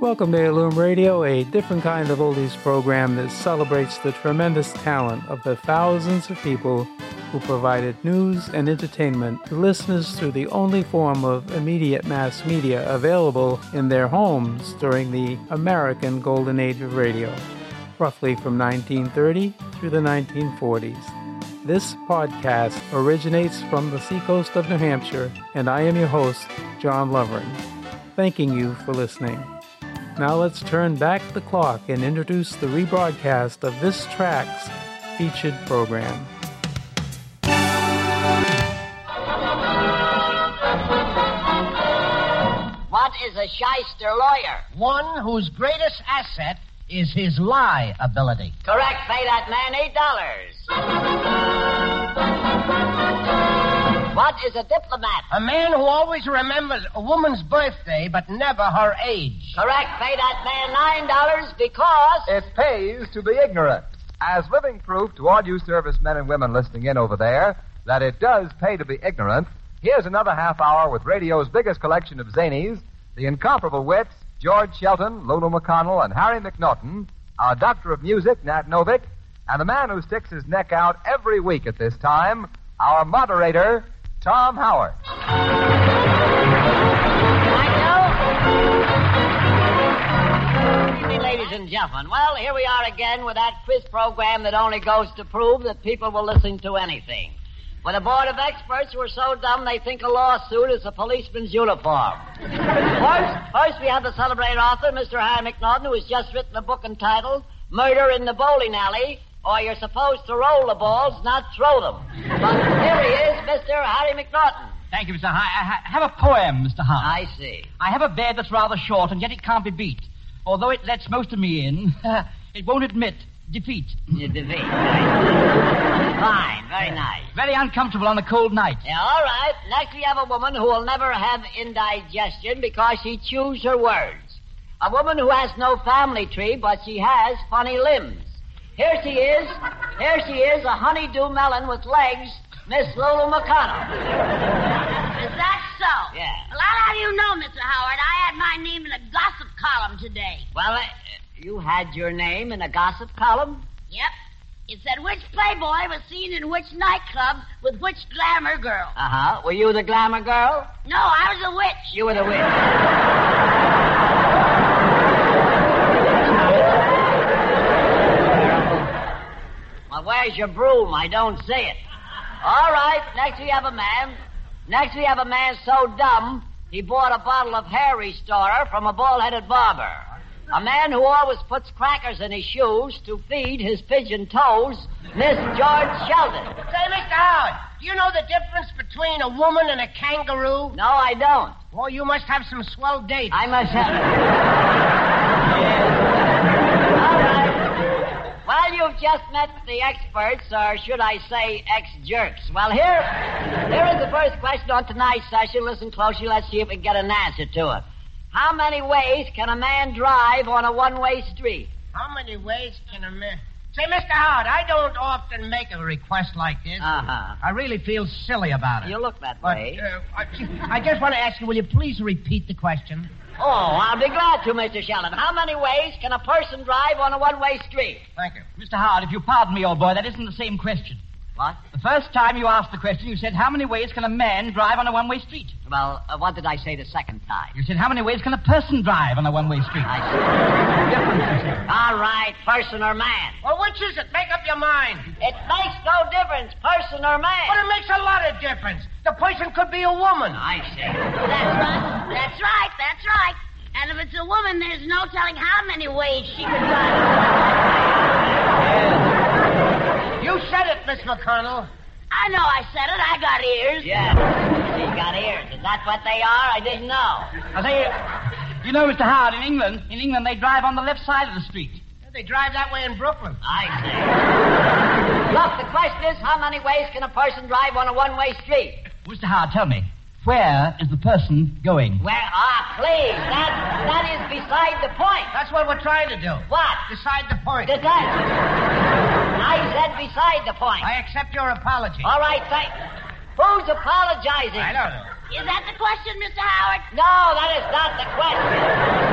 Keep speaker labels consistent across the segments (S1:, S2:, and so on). S1: Welcome to Loom Radio, a different kind of oldies program that celebrates the tremendous talent of the thousands of people who provided news and entertainment to listeners through the only form of immediate mass media available in their homes during the American Golden Age of Radio, roughly from 1930 through the 1940s. This podcast originates from the seacoast of New Hampshire, and I am your host, John Lovering, thanking you for listening. Now let's turn back the clock and introduce the rebroadcast of this track's featured program.
S2: What is a shyster lawyer?
S3: One whose greatest asset is his lie ability.
S2: Correct. Pay that man eight dollars. What is a diplomat?
S3: A man who always remembers a woman's birthday but never her age.
S2: Correct. Pay that man nine dollars because
S4: it pays to be ignorant. As living proof to all you servicemen and women listening in over there that it does pay to be ignorant, Here's another half hour with radio's biggest collection of zanies, the incomparable wits, George Shelton, Lulu McConnell, and Harry McNaughton, our doctor of music, Nat Novick, and the man who sticks his neck out every week at this time, our moderator, Tom Howard.
S2: Evening, ladies and gentlemen. Well, here we are again with that quiz program that only goes to prove that people will listen to anything with a board of experts who are so dumb they think a lawsuit is a policeman's uniform. first, first, we have the celebrated author, Mr. Harry McNaughton, who has just written a book entitled Murder in the Bowling Alley, or You're Supposed to Roll the Balls, Not Throw Them. But here he is, Mr. Harry McNaughton.
S5: Thank you, Mr. Hart. I have a poem, Mr. Hart.
S2: I see.
S5: I have a bed that's rather short, and yet it can't be beat. Although it lets most of me in, it won't admit defeat.
S2: Yeah, defeat. Right. Fine. Very nice.
S5: Very uncomfortable on a cold night.
S2: Yeah, all right. Next, we have a woman who will never have indigestion because she chews her words. A woman who has no family tree, but she has funny limbs. Here she is. Here she is, a honeydew melon with legs, Miss Lulu McConnell.
S6: Is that so?
S2: Yeah.
S6: Well, how do you know, Mr. Howard? I had my name in the gossip column today.
S2: Well, uh, you had your name in a gossip column?
S6: Yep. It said which playboy was seen in which nightclub with which glamour girl.
S2: Uh huh. Were you the glamour girl?
S6: No, I was a witch.
S2: You were the witch. well, where's your broom? I don't see it. All right. Next we have a man. Next we have a man so dumb he bought a bottle of hair restorer from a bald-headed barber. A man who always puts crackers in his shoes to feed his pigeon toes, Miss George Sheldon.
S3: Say, Mr. Howard, do you know the difference between a woman and a kangaroo?
S2: No, I don't.
S3: Well, you must have some swell dates.
S2: I must have. All right. Well, you've just met the experts, or should I say ex-jerks. Well, here, here is the first question on tonight's session. Listen closely. Let's see if we can get an answer to it. How many ways can a man drive on a one-way street?
S3: How many ways can a man? Say, Mr. Howard, I don't often make a request like this.
S2: Uh-huh.
S3: I really feel silly about it.
S2: You look that way.
S3: But, uh, I, I just want to ask you, will you please repeat the question?
S2: Oh, I'll be glad to, Mr. Sheldon. How many ways can a person drive on a one-way street?
S3: Thank you.
S5: Mr. Howard, if you pardon me, old boy, that isn't the same question.
S2: What?
S5: The first time you asked the question, you said, How many ways can a man drive on a one way street?
S2: Well, uh, what did I say the second time?
S5: You said, How many ways can a person drive on a one way street?
S2: I see. Difference. All right, person or man.
S3: Well, which is it? Make up your mind.
S2: It makes no difference, person or man.
S3: But it makes a lot of difference. The person could be a woman.
S2: I see.
S6: That's right. That's right. That's right. And if it's a woman, there's no telling how many ways she could drive.
S3: You said it, Miss McConnell.
S6: I know I said it. I got ears.
S2: Yeah. She got ears. Is that what they are? I didn't know. I
S5: say, you know, Mr. Howard, in England, in England, they drive on the left side of the street.
S3: They drive that way in Brooklyn.
S2: I see. Look, the question is, how many ways can a person drive on a one-way street?
S5: Mr. Howard, tell me, where is the person going?
S2: Where? Ah, please. That, that is beside the point.
S3: That's what we're trying to do.
S2: What?
S3: Beside the point.
S2: Decide. I said beside the point.
S3: I accept your apology.
S2: All right, thank Who's apologizing?
S3: I don't know.
S6: Is that the question, Mr. Howard?
S2: No, that is not the question.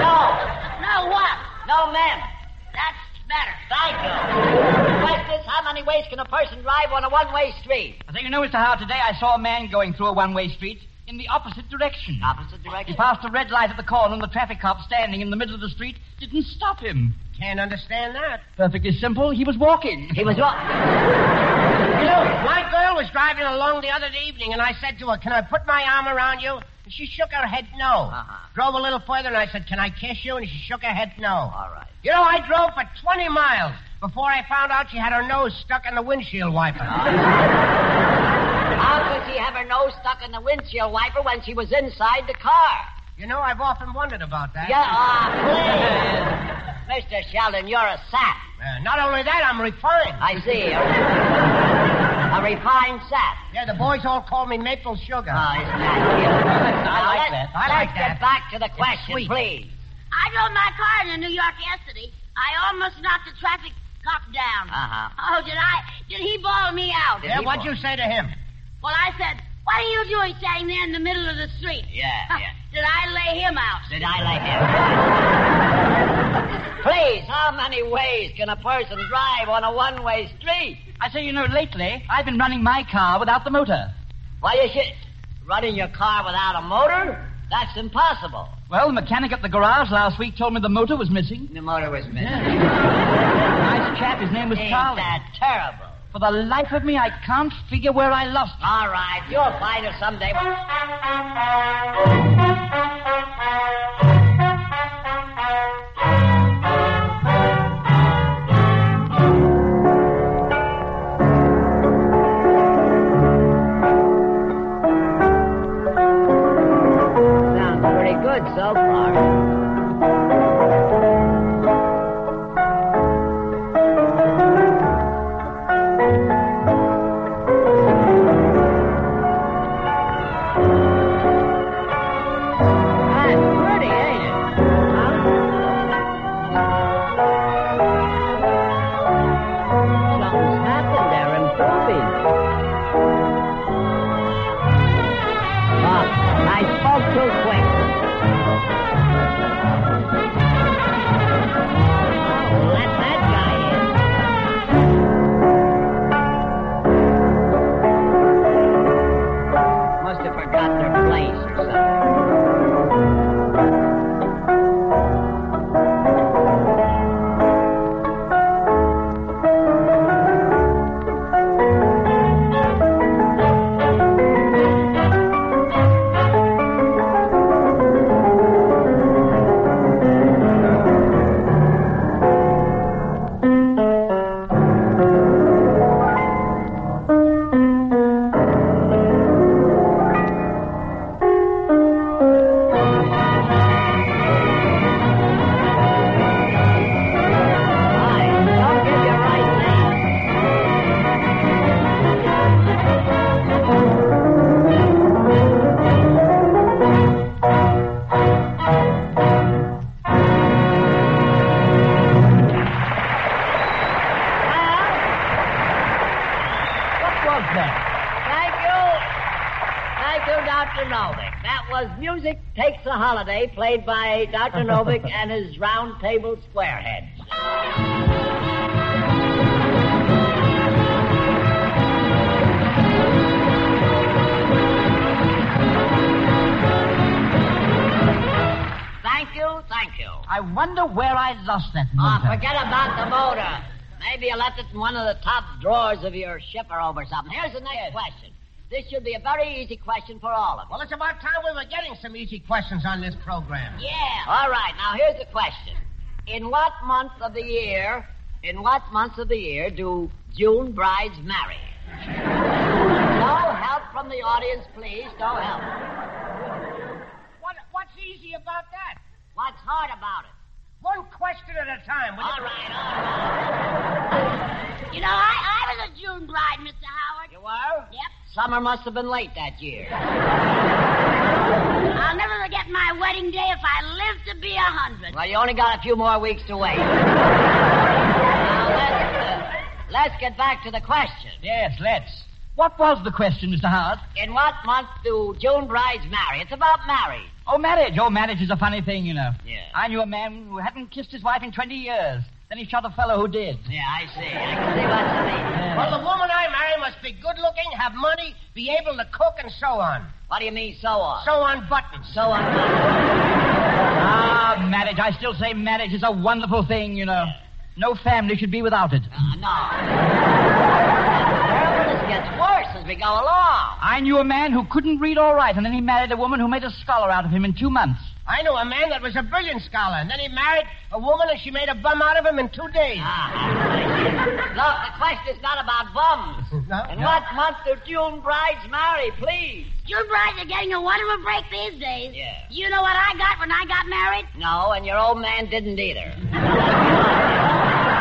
S2: No.
S6: No, No what?
S2: No men.
S6: That's better.
S2: Thank you. The question is, how many ways can a person drive on a one-way street?
S5: I think you know, Mr. Howard, today I saw a man going through a one-way street in the opposite direction.
S2: Opposite direction.
S5: He passed a red light at the corner, and the traffic cop standing in the middle of the street didn't stop him.
S3: Can't understand that.
S5: Perfectly simple. He was walking.
S2: He was what?
S3: You know, my girl was driving along the other evening, and I said to her, Can I put my arm around you? And she shook her head no.
S2: Uh-huh.
S3: Drove a little further, and I said, Can I kiss you? And she shook her head no.
S2: All right.
S3: You know, I drove for 20 miles before I found out she had her nose stuck in the windshield
S5: Uh-huh.
S3: wiper.
S2: How could she have her nose stuck in the windshield wiper when she was inside the car?
S3: You know, I've often wondered about that.
S2: Yeah, ah, please. Mr. Sheldon, you're a sap.
S3: Uh, not only that, I'm refined.
S5: Uh,
S2: I see. A, a refined sap.
S3: Yeah, the boys all call me maple sugar.
S2: Oh,
S5: uh,
S2: isn't that cute? Now,
S3: like
S2: let's-
S3: that. I like
S2: let's
S3: that.
S2: get back to the question,
S3: sweet.
S2: please.
S6: I drove my car into New York yesterday. I almost knocked a traffic cop down.
S2: Uh-huh.
S6: Oh, did I? Did he bawl me out?
S3: yeah, what'd you say to him?
S6: Well, I said, what are you doing standing there in the middle of the street?
S2: Yeah, yeah.
S6: did I lay him out?
S2: Did I like him? Please, how many ways can a person drive on a one-way street?
S5: I say, you know, lately I've been running my car without the motor.
S2: Why, you should... Running your car without a motor? That's impossible.
S5: Well, the mechanic at the garage last week told me the motor was missing.
S2: The motor was missing.
S5: Nice chap, his name was
S2: Ain't
S5: Charlie.
S2: that terrible?
S5: For the life of me, I can't figure where I lost it.
S2: All right, you'll find her someday. Sounds pretty good so far. That's pretty, ain't it? Huh? Something's happened. They're improving. Look, I spoke too quick. Oh, let that guy in. Must have forgot their place or something. Fine. Don't give your right name. Well,
S5: What was that?
S2: thank you. Thank you, Dr. Novick. That was Music Takes a Holiday, played by Dr. Novick and his round table squareheads. Thank you, thank you.
S5: I wonder where I lost that
S2: Ah,
S5: motor.
S2: forget about the motor. Maybe you left it in one of the top drawers of your shipper robe or something. Here's the next question. This should be a very easy question for all of us.
S3: Well, it's about time we were getting some easy questions on this program.
S2: Yeah. All right. Now here's the question: In what month of the year? In what months of the year do June brides marry? no help from the audience, please. No help.
S3: What, what's easy about that?
S2: What's hard about it?
S3: One question at a time. will you?
S2: All right. All right.
S6: You know, I, I was a June bride, Mr. Howard.
S5: Ah,
S2: You were.
S6: Yep.
S2: Summer must have been late that year.
S6: I'll never forget my wedding day if I live to be a hundred.
S2: Well, you only got a few more weeks to wait. now let's, uh, let's get back to the question.
S5: Yes, let's. What was the question, Mr. Howard?
S2: In what month do June brides marry? It's about marriage.
S5: Oh, marriage. Oh, marriage is a funny thing, you know.
S2: Yeah.
S5: I knew a man who hadn't kissed his wife in 20 years. Then he shot a fellow who did.
S2: Yeah, I see. I can see what you mean.
S3: Well, the woman I marry must be good looking, have money, be able to cook, and so on.
S2: What do you mean, so on?
S3: So on buttons.
S2: So on.
S5: Ah, marriage. I still say marriage is a wonderful thing, you know. No family should be without it.
S2: Uh, no. this gets worse as we go along.
S5: I knew a man who couldn't read or write, and then he married a woman who made a scholar out of him in two months.
S3: I knew a man that was a brilliant scholar, and then he married a woman and she made a bum out of him in two days.
S2: Ah. Look, the question is not about bums.
S3: No?
S2: In what month do June brides marry, please?
S6: You brides are getting a wonderful break these days.
S2: Yeah.
S6: You know what I got when I got married?
S2: No, and your old man didn't either.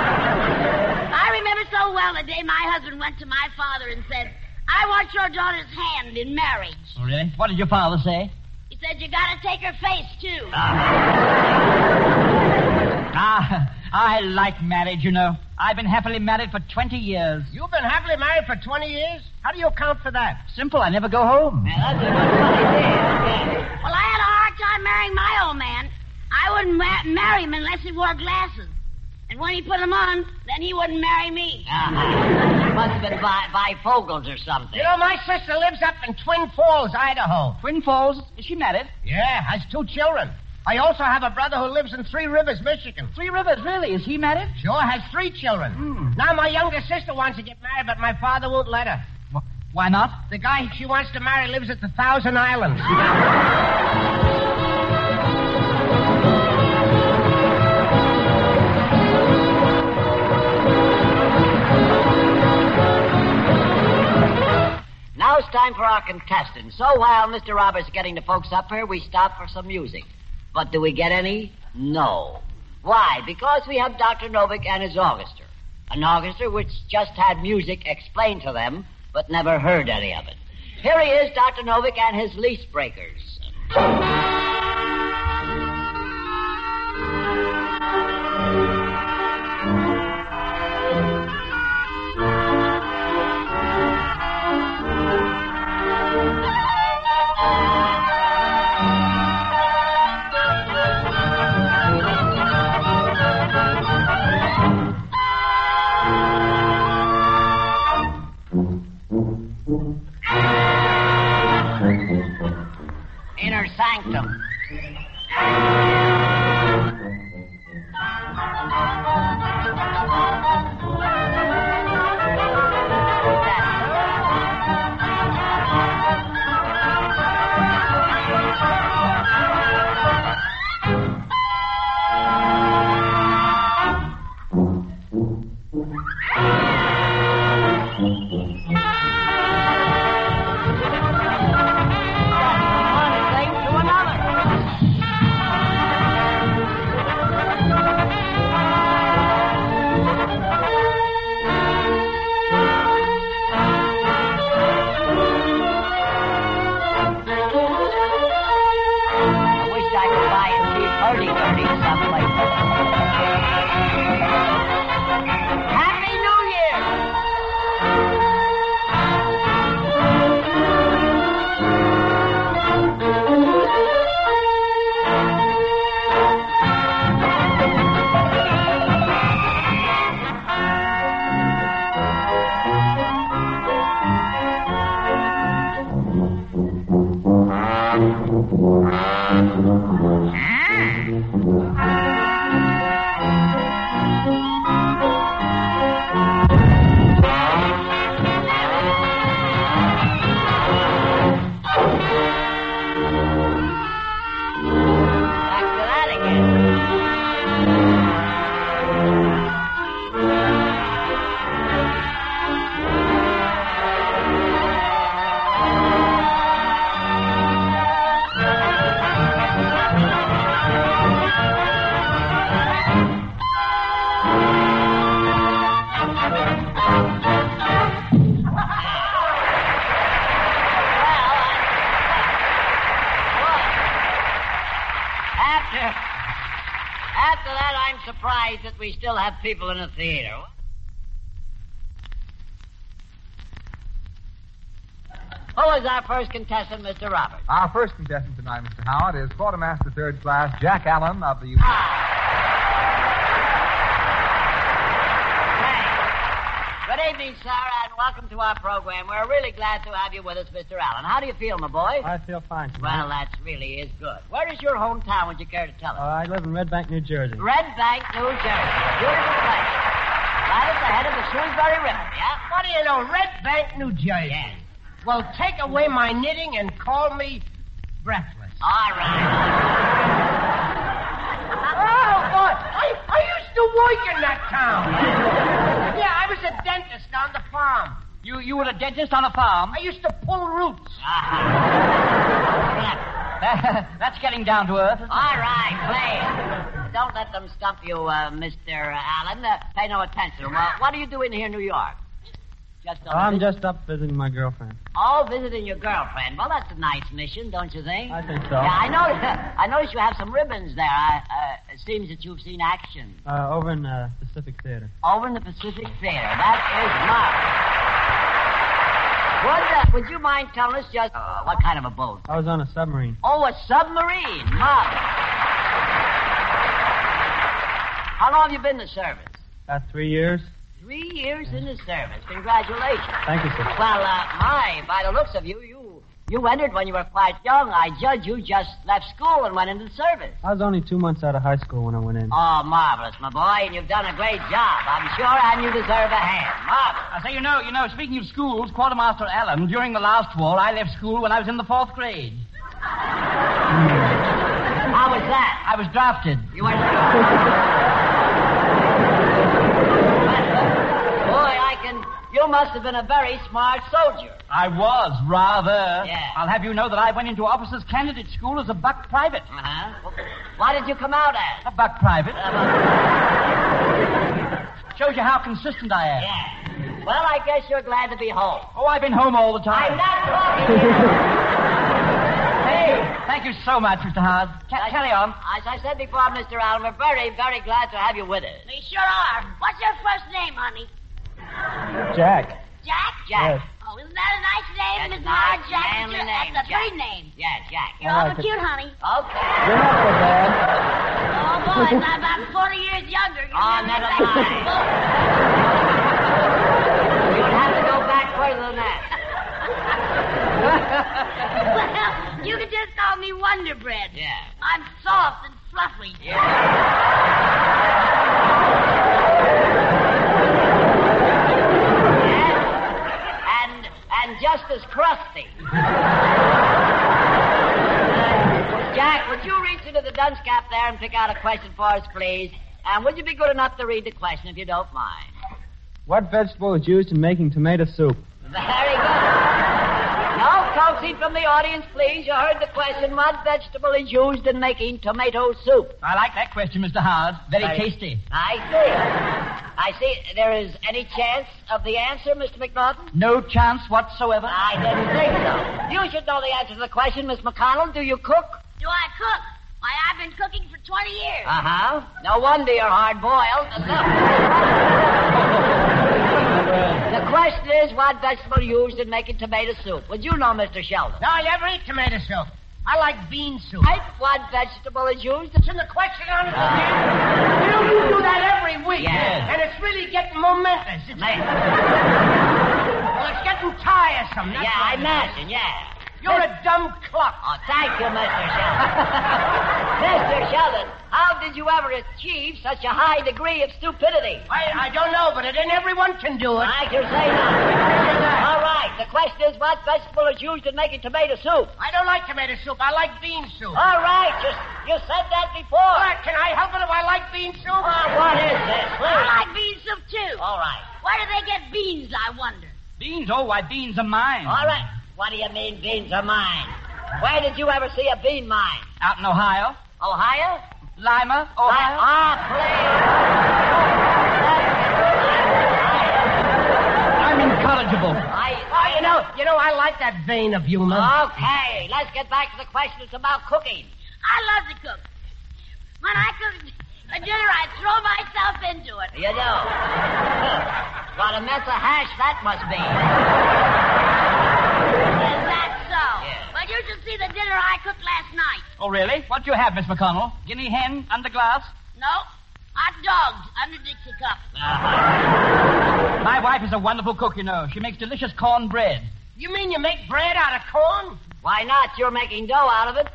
S6: I remember so well the day my husband went to my father and said, I want your daughter's hand in marriage.
S5: Oh, really? What did your father say?
S6: He said, You gotta take her face, too.
S5: Ah, I like marriage, you know. I've been happily married for 20 years.
S3: You've been happily married for 20 years? How do you account for that?
S5: Simple, I never go home.
S2: Yeah, that's a good idea.
S6: Well, I had a hard time marrying my old man. I wouldn't ma- marry him unless he wore glasses. And when he put them on, then he wouldn't marry me.
S2: Uh, must have been by, by Fogels or something.
S3: You know, my sister lives up in Twin Falls, Idaho.
S5: Twin Falls, is she married?
S3: Yeah, has two children. I also have a brother who lives in Three Rivers, Michigan.
S5: Three Rivers, really? Is he married?
S3: Sure has three children.
S5: Hmm.
S3: Now my younger sister wants to get married, but my father won't let her.
S5: Wh- Why not?
S3: The guy she wants to marry lives at the Thousand Islands.
S2: Now it's time for our contestants. So while Mr. Roberts is getting the folks up here, we stop for some music. But do we get any? No. Why? Because we have Dr. Novick and his orchestra. An orchestra which just had music explained to them, but never heard any of it. Here he is, Dr. Novick and his lease breakers. Inner sanctum. One thing to another. I wish I could buy a cheap hurdy-gurdy someplace.
S6: Happy New Year!
S2: Back to that again. Well, I- after after that, I'm surprised that we still have people in the theater. Who is our first contestant, Mr. Roberts?
S3: Ah.
S4: Our first contestant tonight, Mr. Howard, is Quartermaster Third Class Jack Allen of the.
S2: Thanks. Good evening, sir, and welcome to our program. We're really glad to have you with us, Mr. Allen. How do you feel, my boy?
S7: I feel fine.
S2: Well, that really is good. Where is your hometown? Would you care to tell us?
S7: Uh, I live in Red Bank, New Jersey.
S2: Red Bank, New Jersey. A Beautiful place. Right at the head of the Shrewsbury River, yeah?
S3: What do you know? Red Bank, New Jersey.
S2: Yes.
S3: Well, take away my knitting and call me breathless.
S2: All right.
S3: Oh, boy. I, I used to work in that town. yeah, I was a dentist on the farm.
S5: You, you were a dentist on a farm.
S3: I used to pull roots.
S5: That's getting down to earth. isn't it?
S2: Uh-huh. All right, play. Don't let them stump you, uh, Mr. Allen. Uh, pay no attention. Well, what are you doing here in New York? Just on a
S7: I'm
S2: visit-
S7: just up visiting my girlfriend.
S2: Oh, visiting your girlfriend. Well, that's a nice mission, don't you think?
S7: I think so.
S2: Yeah, I noticed. I noticed you have some ribbons there. I, uh, it seems that you've seen action
S7: Uh, over in uh, Pacific Theater.
S2: over in the Pacific Theater. That is marvelous. Would, uh, would you mind telling us just uh, what kind of a boat?
S7: I was on a submarine.
S2: Oh, a submarine. Marvelous. How long have you been in the service?
S7: About three years.
S2: Three years in the service. Congratulations.
S7: Thank you, sir.
S2: Well, uh, my, by the looks of you, you you entered when you were quite young. I judge you just left school and went into the service.
S7: I was only two months out of high school when I went in.
S2: Oh, marvelous, my boy, and you've done a great job, I'm sure, and you deserve a hand. Marvelous.
S5: I say, you know, you know, speaking of schools, Quartermaster Allen, during the last war, I left school when I was in the fourth grade.
S2: How was that?
S5: I was drafted.
S2: You went. Boy, I can. You must have been a very smart soldier.
S5: I was, rather.
S2: Yeah.
S5: I'll have you know that I went into officer's candidate school as a buck private.
S2: Uh huh. Why did you come out as?
S5: A buck private. Shows you how consistent I am.
S2: Yeah. Well, I guess you're glad to be home.
S5: Oh, I've been home all the time.
S2: I'm not talking to you.
S5: Hey, thank you so much, Mr. Howard. Ca- carry on.
S2: As I said before, Mr. Allen, we're very, very glad to have you with us.
S6: We sure are. What's your first name, honey?
S7: Jack.
S6: Jack?
S2: Jack.
S6: Oh, isn't that a nice name,
S2: That's
S6: Miss
S2: a nice,
S6: Howard Jack?
S2: manly
S6: That's your-
S2: name,
S6: That's a
S2: Jack.
S6: pretty name.
S2: Yes, Jack.
S6: You're
S7: I
S6: awful
S7: like it.
S6: cute, honey.
S2: Okay.
S7: You're not so bad.
S6: Oh, boy, I'm about 40 years younger. You're
S2: Oh,
S6: never
S2: never
S6: that
S2: mind.
S6: cute.
S2: You'll have to go back further than that.
S6: Well, you can just call me Wonder Bread.
S2: Yeah.
S6: I'm soft and fluffy.
S2: And and just as crusty. Uh, Jack, would you reach into the dunce cap there and pick out a question for us, please? And would you be good enough to read the question if you don't mind?
S7: What vegetable is used in making tomato soup?
S2: Very good. No coaxing from the audience, please. You heard the question. What vegetable is used in making tomato soup?
S5: I like that question, Mr. Howard. Very
S2: Very-
S5: tasty.
S2: I see. I see. There is any chance of the answer, Mr. McNaughton?
S5: No chance whatsoever.
S2: I didn't think so. You should know the answer to the question, Miss McConnell. Do you cook?
S6: Do I cook? Why, I've been cooking for 20 years.
S2: Uh huh. No wonder you're hard boiled. the question is, what vegetable used in making tomato soup? Would you know, Mr. Sheldon?
S3: No, I never eat tomato soup. I like bean soup.
S2: Right? What vegetable is used?
S3: It's in the question on it. you know, you do that every week.
S2: Yes.
S3: And it's really getting momentous. It's,
S2: Man.
S3: well, it's getting tiresome. That's
S2: Yeah,
S3: what
S2: I
S3: it is.
S2: imagine. Yeah.
S3: You're a dumb cluck.
S2: Oh, thank you, Mr. Sheldon. Mr. Sheldon, how did you ever achieve such a high degree of stupidity?
S3: I, I don't know, but it ain't everyone can do it.
S2: I can say not. All right, the question is what vegetable is used in making tomato soup?
S3: I don't like tomato soup. I like bean soup.
S5: Oh.
S2: All right, you, you said that before.
S3: All right, can I help it if I like bean soup?
S2: Oh, what is this?
S6: I
S2: Please.
S6: like bean soup, too.
S2: All right,
S6: Where do they get beans, I wonder?
S5: Beans? Oh, why, beans are mine.
S2: all right. What do you mean beans are mine? Where did you ever see a bean mine?
S5: Out in Ohio.
S2: Ohio?
S5: Lima, Ohio.
S2: Ah, please.
S5: I'm incorrigible.
S2: I,
S3: Oh, you know, you know, I like that vein of humor.
S2: okay, let's get back to the question. It's about cooking.
S6: I love to cook. When I cook a dinner, I throw myself into it.
S2: You do. what a mess of hash that must be.
S6: Yes, I should see the dinner I cooked last night.
S5: Oh, really? What you have, Miss McConnell? Guinea hen under glass?
S6: No, hot dogs under Dixie cups.
S5: My wife is a wonderful cook, you know. She makes delicious cornbread.
S3: You mean you make bread out of corn?
S2: Why not? You're making dough out of it.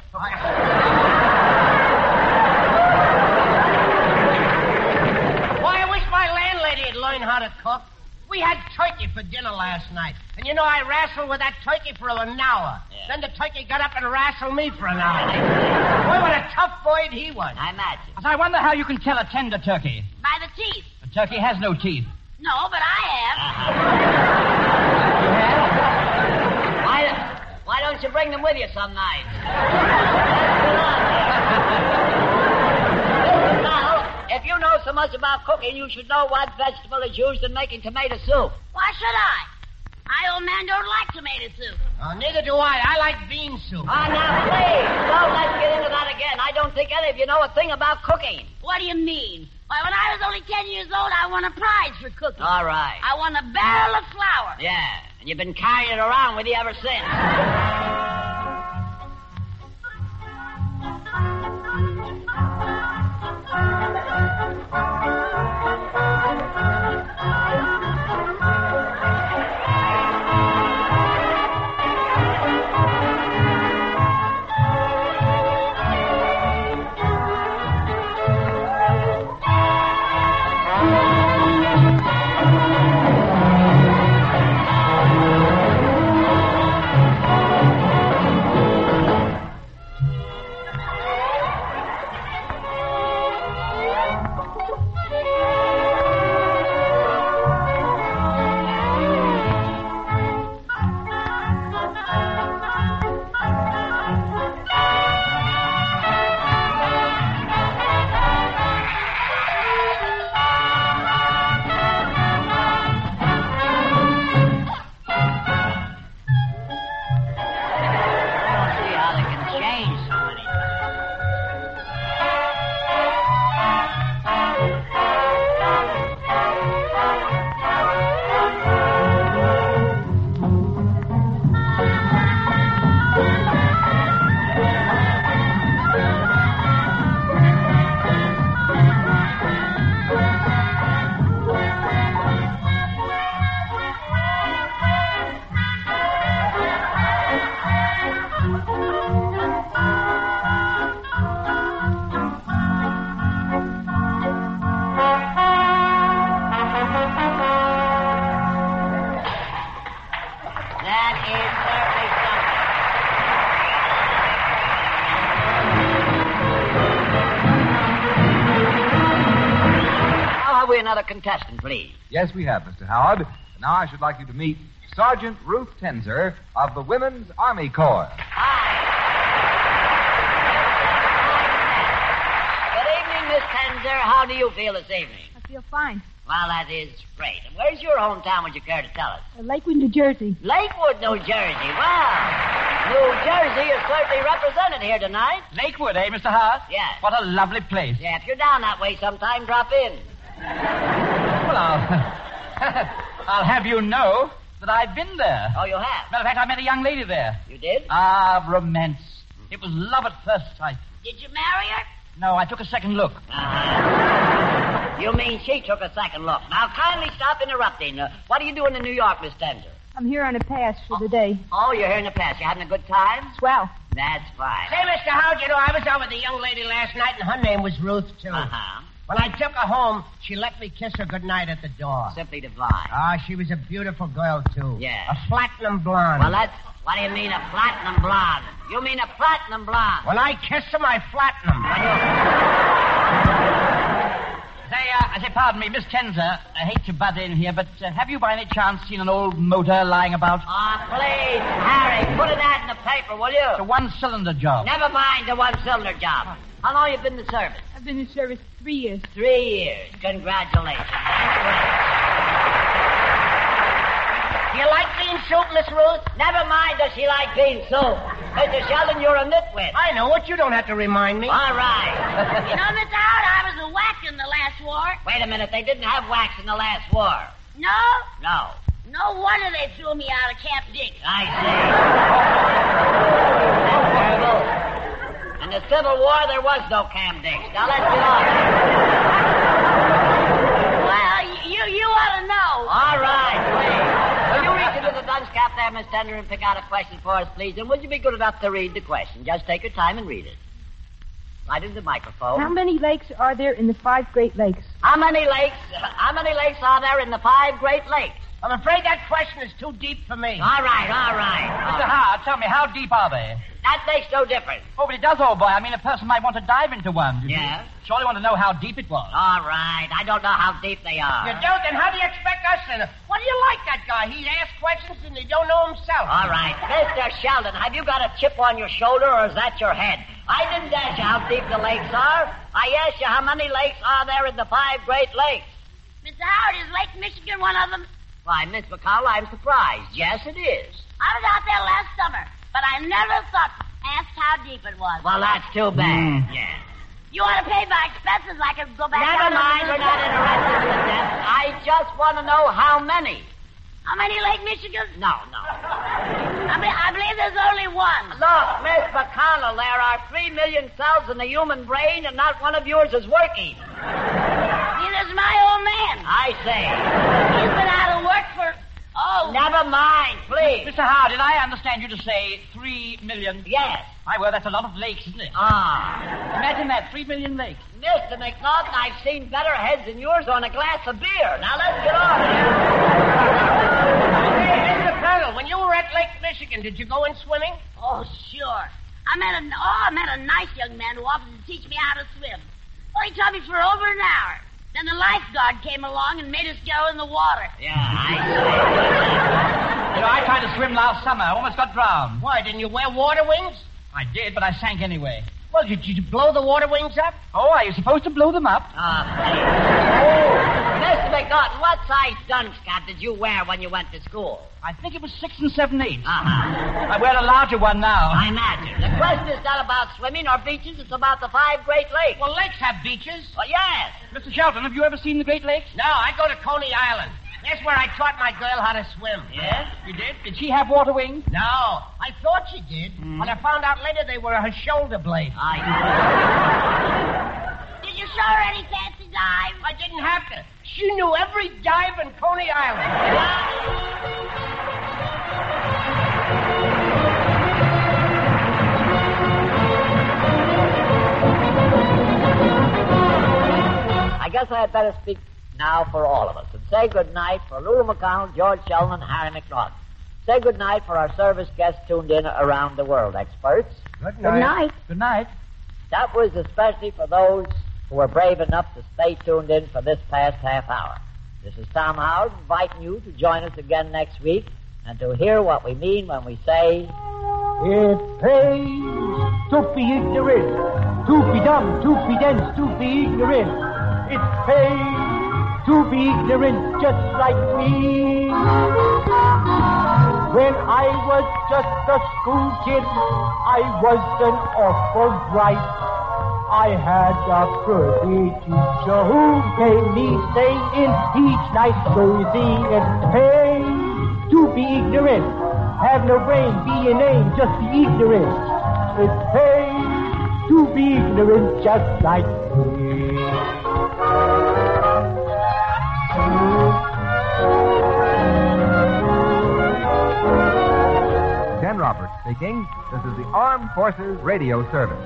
S3: Boy, I wish my landlady had learned how to cook. We had turkey for dinner last night. And you know, I wrestled with that turkey for an hour. Then the turkey got up and wrestled me for an hour. Boy, what a tough boy he was.
S2: I imagine.
S5: But I wonder how you can tell a tender turkey.
S6: By the teeth.
S5: A turkey has no teeth.
S6: No, but I have.
S2: Why, why don't you bring them with you some night? now, if you know so much about cooking, you should know what vegetable is used in making tomato soup.
S6: Why should I? I, old man, don't like tomato soup.
S3: Uh, neither do I. I like bean soup.
S2: Ah, now please, don't let's get into that again. I don't think any of you know a thing about cooking.
S6: What do you mean? Why, when I was only ten years old, I won a prize for cooking.
S2: All right.
S6: I won a barrel of flour.
S2: Yeah, and you've been carrying it around with you ever since. See how they can change so many times. That is certainly something. Now have we another contestant, please?
S4: Yes, we have, Mr. Howard. And now I should like you to meet Sergeant Ruth Tenzer of the Women's Army Corps.
S2: Good evening, Miss Tenzer. How do you feel this evening?
S8: I feel fine.
S2: Well, that is great. And where's your hometown, would you care to tell us?
S8: Uh, Lakewood, New Jersey.
S2: Lakewood, New Jersey. Wow. New Jersey is certainly represented here tonight.
S5: Lakewood, eh, Mr. Hart?
S2: Yes.
S5: What a lovely place.
S2: Yeah, if you're down that way sometime, drop in.
S5: Well, I'll, I'll have you know that I've been there.
S2: Oh, you have?
S5: Matter of fact, I met a young lady there.
S2: You did?
S6: Uh,
S5: Ah, romance. It was love at first sight.
S6: Did you marry her?
S5: No, I took a second look.
S2: Uh-huh. You mean she took a second look. Now, kindly stop interrupting. Uh, what are you doing in New York, Miss Denzer?
S8: I'm here on a pass for the day.
S2: Oh, you're here in the past. You having a good time?
S8: Swell.
S2: That's fine.
S3: Say, Mr. Howard, you know, I was out with a young lady last night, and her name was Ruth, too.
S2: Uh-huh.
S3: When I took her home, she let me kiss her goodnight at the door.
S2: Simply divine.
S3: Ah, she was a beautiful girl, too.
S2: Yeah.
S3: A platinum blonde.
S2: Well, that's... What do you mean a platinum blonde? You mean a platinum blonde.
S3: When I kiss them, I flatten them.
S5: Say, uh, say, pardon me, Miss Tenzer, I hate to butt in here, but uh, have you by any chance seen an old motor lying about?
S2: Ah, please, Harry, put an ad in the paper, will you?
S5: It's a one-cylinder job.
S2: Never mind the one cylinder job. How long you been in the service?
S8: I've been in service three years.
S2: Three years. Congratulations. That's great.
S3: Do you like bean soup, Miss Ruth?
S2: Never mind does she like bean soup. Mr. Sheldon, you're a nitwit.
S3: I know it. You don't have to remind me.
S2: All right.
S6: You know, Mr. Howard, I was a whack in the last war.
S2: Wait a minute. They didn't have wax in the last war.
S6: No?
S2: No.
S6: No wonder they threw me out of Camp Dick.
S2: I see. In the Civil War, there was no Camp Dick. Now let's get on.
S6: Well, y- you you ought to know.
S2: All right, please. Will you reach into the dunce cap there, Miss Tender, and pick out a question for us, please? And would you be good enough to read the question? Just take your time and read it. Right into the microphone.
S8: How many lakes are there in the five Great Lakes?
S2: How many lakes? How many lakes are there in the five Great Lakes?
S3: I'm afraid that question is too deep for me.
S5: Ah.
S2: All right, all right. all
S5: Mr.
S2: right.
S5: Howard, tell me, how deep are they?
S2: That makes no difference.
S5: Oh, but it does, old boy. I mean, a person might want to dive into one. you see.
S2: Yeah.
S5: Surely want to know how deep it was.
S2: All right. I don't know how deep they are.
S3: You don't, then how do you expect us to know? What do you like that guy? He asks questions and he don't know himself.
S2: All right. Mr. Sheldon, have you got a chip on your shoulder or is that your head? I didn't ask you how deep the lakes are. I asked you how many lakes are there in the five Great Lakes.
S6: Mr. Howard, is Lake Michigan one of them?
S2: Why, Miss McCall, I'm surprised. Yes, it is.
S6: I was out there last summer, but I never thought to ask how deep it was.
S2: Well, that's too bad. Yeah.
S6: You want to pay my expenses? I can go back.
S2: Never
S6: out on the
S2: mind. We're
S6: river.
S2: not interested in that. I just want to know how many.
S6: How many Lake Michigans?
S2: No, no.
S6: I, be- I believe there's only one.
S2: Look, Miss McConnell, there are three million cells in the human brain, and not one of yours is working.
S6: Neither's my old man.
S2: I say.
S6: He's been out of work for oh.
S2: Never mind, please.
S5: Mr. Howard, did I understand you to say three million?
S2: Yes.
S5: My word, that's a lot of lakes, isn't it?
S2: Ah.
S5: Imagine that, three million lakes.
S2: Mr. McNaughton, I've seen better heads than yours on a glass of beer. Now let's get on here.
S3: Hey, Mr. Colonel, when you were at Lake Michigan, did you go in swimming?
S6: Oh, sure. I met a oh, I met a nice young man who offered to teach me how to swim. Well, he taught me for over an hour. Then the lifeguard came along and made us go in the water.
S2: Yeah, I see.
S5: You know, I tried to swim last summer. I almost got drowned.
S3: Why, didn't you wear water wings?
S5: I did, but I sank anyway.
S3: Well, did you blow the water wings up?
S5: Oh, are you supposed to blow them up?
S2: Ah, please. Mr. McNaughton, Oh, what size dunscap did you wear when you went to school?
S5: I think it was six and seven eighths.
S2: Uh-huh.
S5: I wear a larger one now.
S2: I imagine. The question is not about swimming or beaches. It's about the five Great Lakes.
S3: Well, lakes have beaches.
S2: Well, yes.
S5: Mr. Shelton, have you ever seen the Great Lakes?
S3: No, I go to Coney Island. That's where I taught my girl how to swim.
S2: Yes?
S5: You did? Did she have water wings?
S3: No, I thought she did, but I found out later they were her shoulder blades.
S2: I
S6: Did you show her any fancy dive?
S3: I didn't have to. She knew every dive in Coney Island.
S2: I guess I had better speak now for all of us and say good night for Lulu McConnell, George Sheldon, and Harry McNaughton. Say good night for our service guests tuned in around the world, experts.
S4: Good
S5: Good night.
S2: That was especially for those who were brave enough to stay tuned in for this past half hour. This is Tom Howard inviting you to join us again next week and to hear what we mean when we say.
S7: It pays to be ignorant, to be dumb, to be dense, to be ignorant. It pays to be ignorant just like me. When I was just a school kid, I was an awful bright. I had a pretty teacher who gave me staying in each night. Rosie, it pays to be ignorant. Have no brain, be inane, just be ignorant. It pays to be ignorant just like me.
S4: Dan Roberts speaking. This is the Armed Forces Radio Service.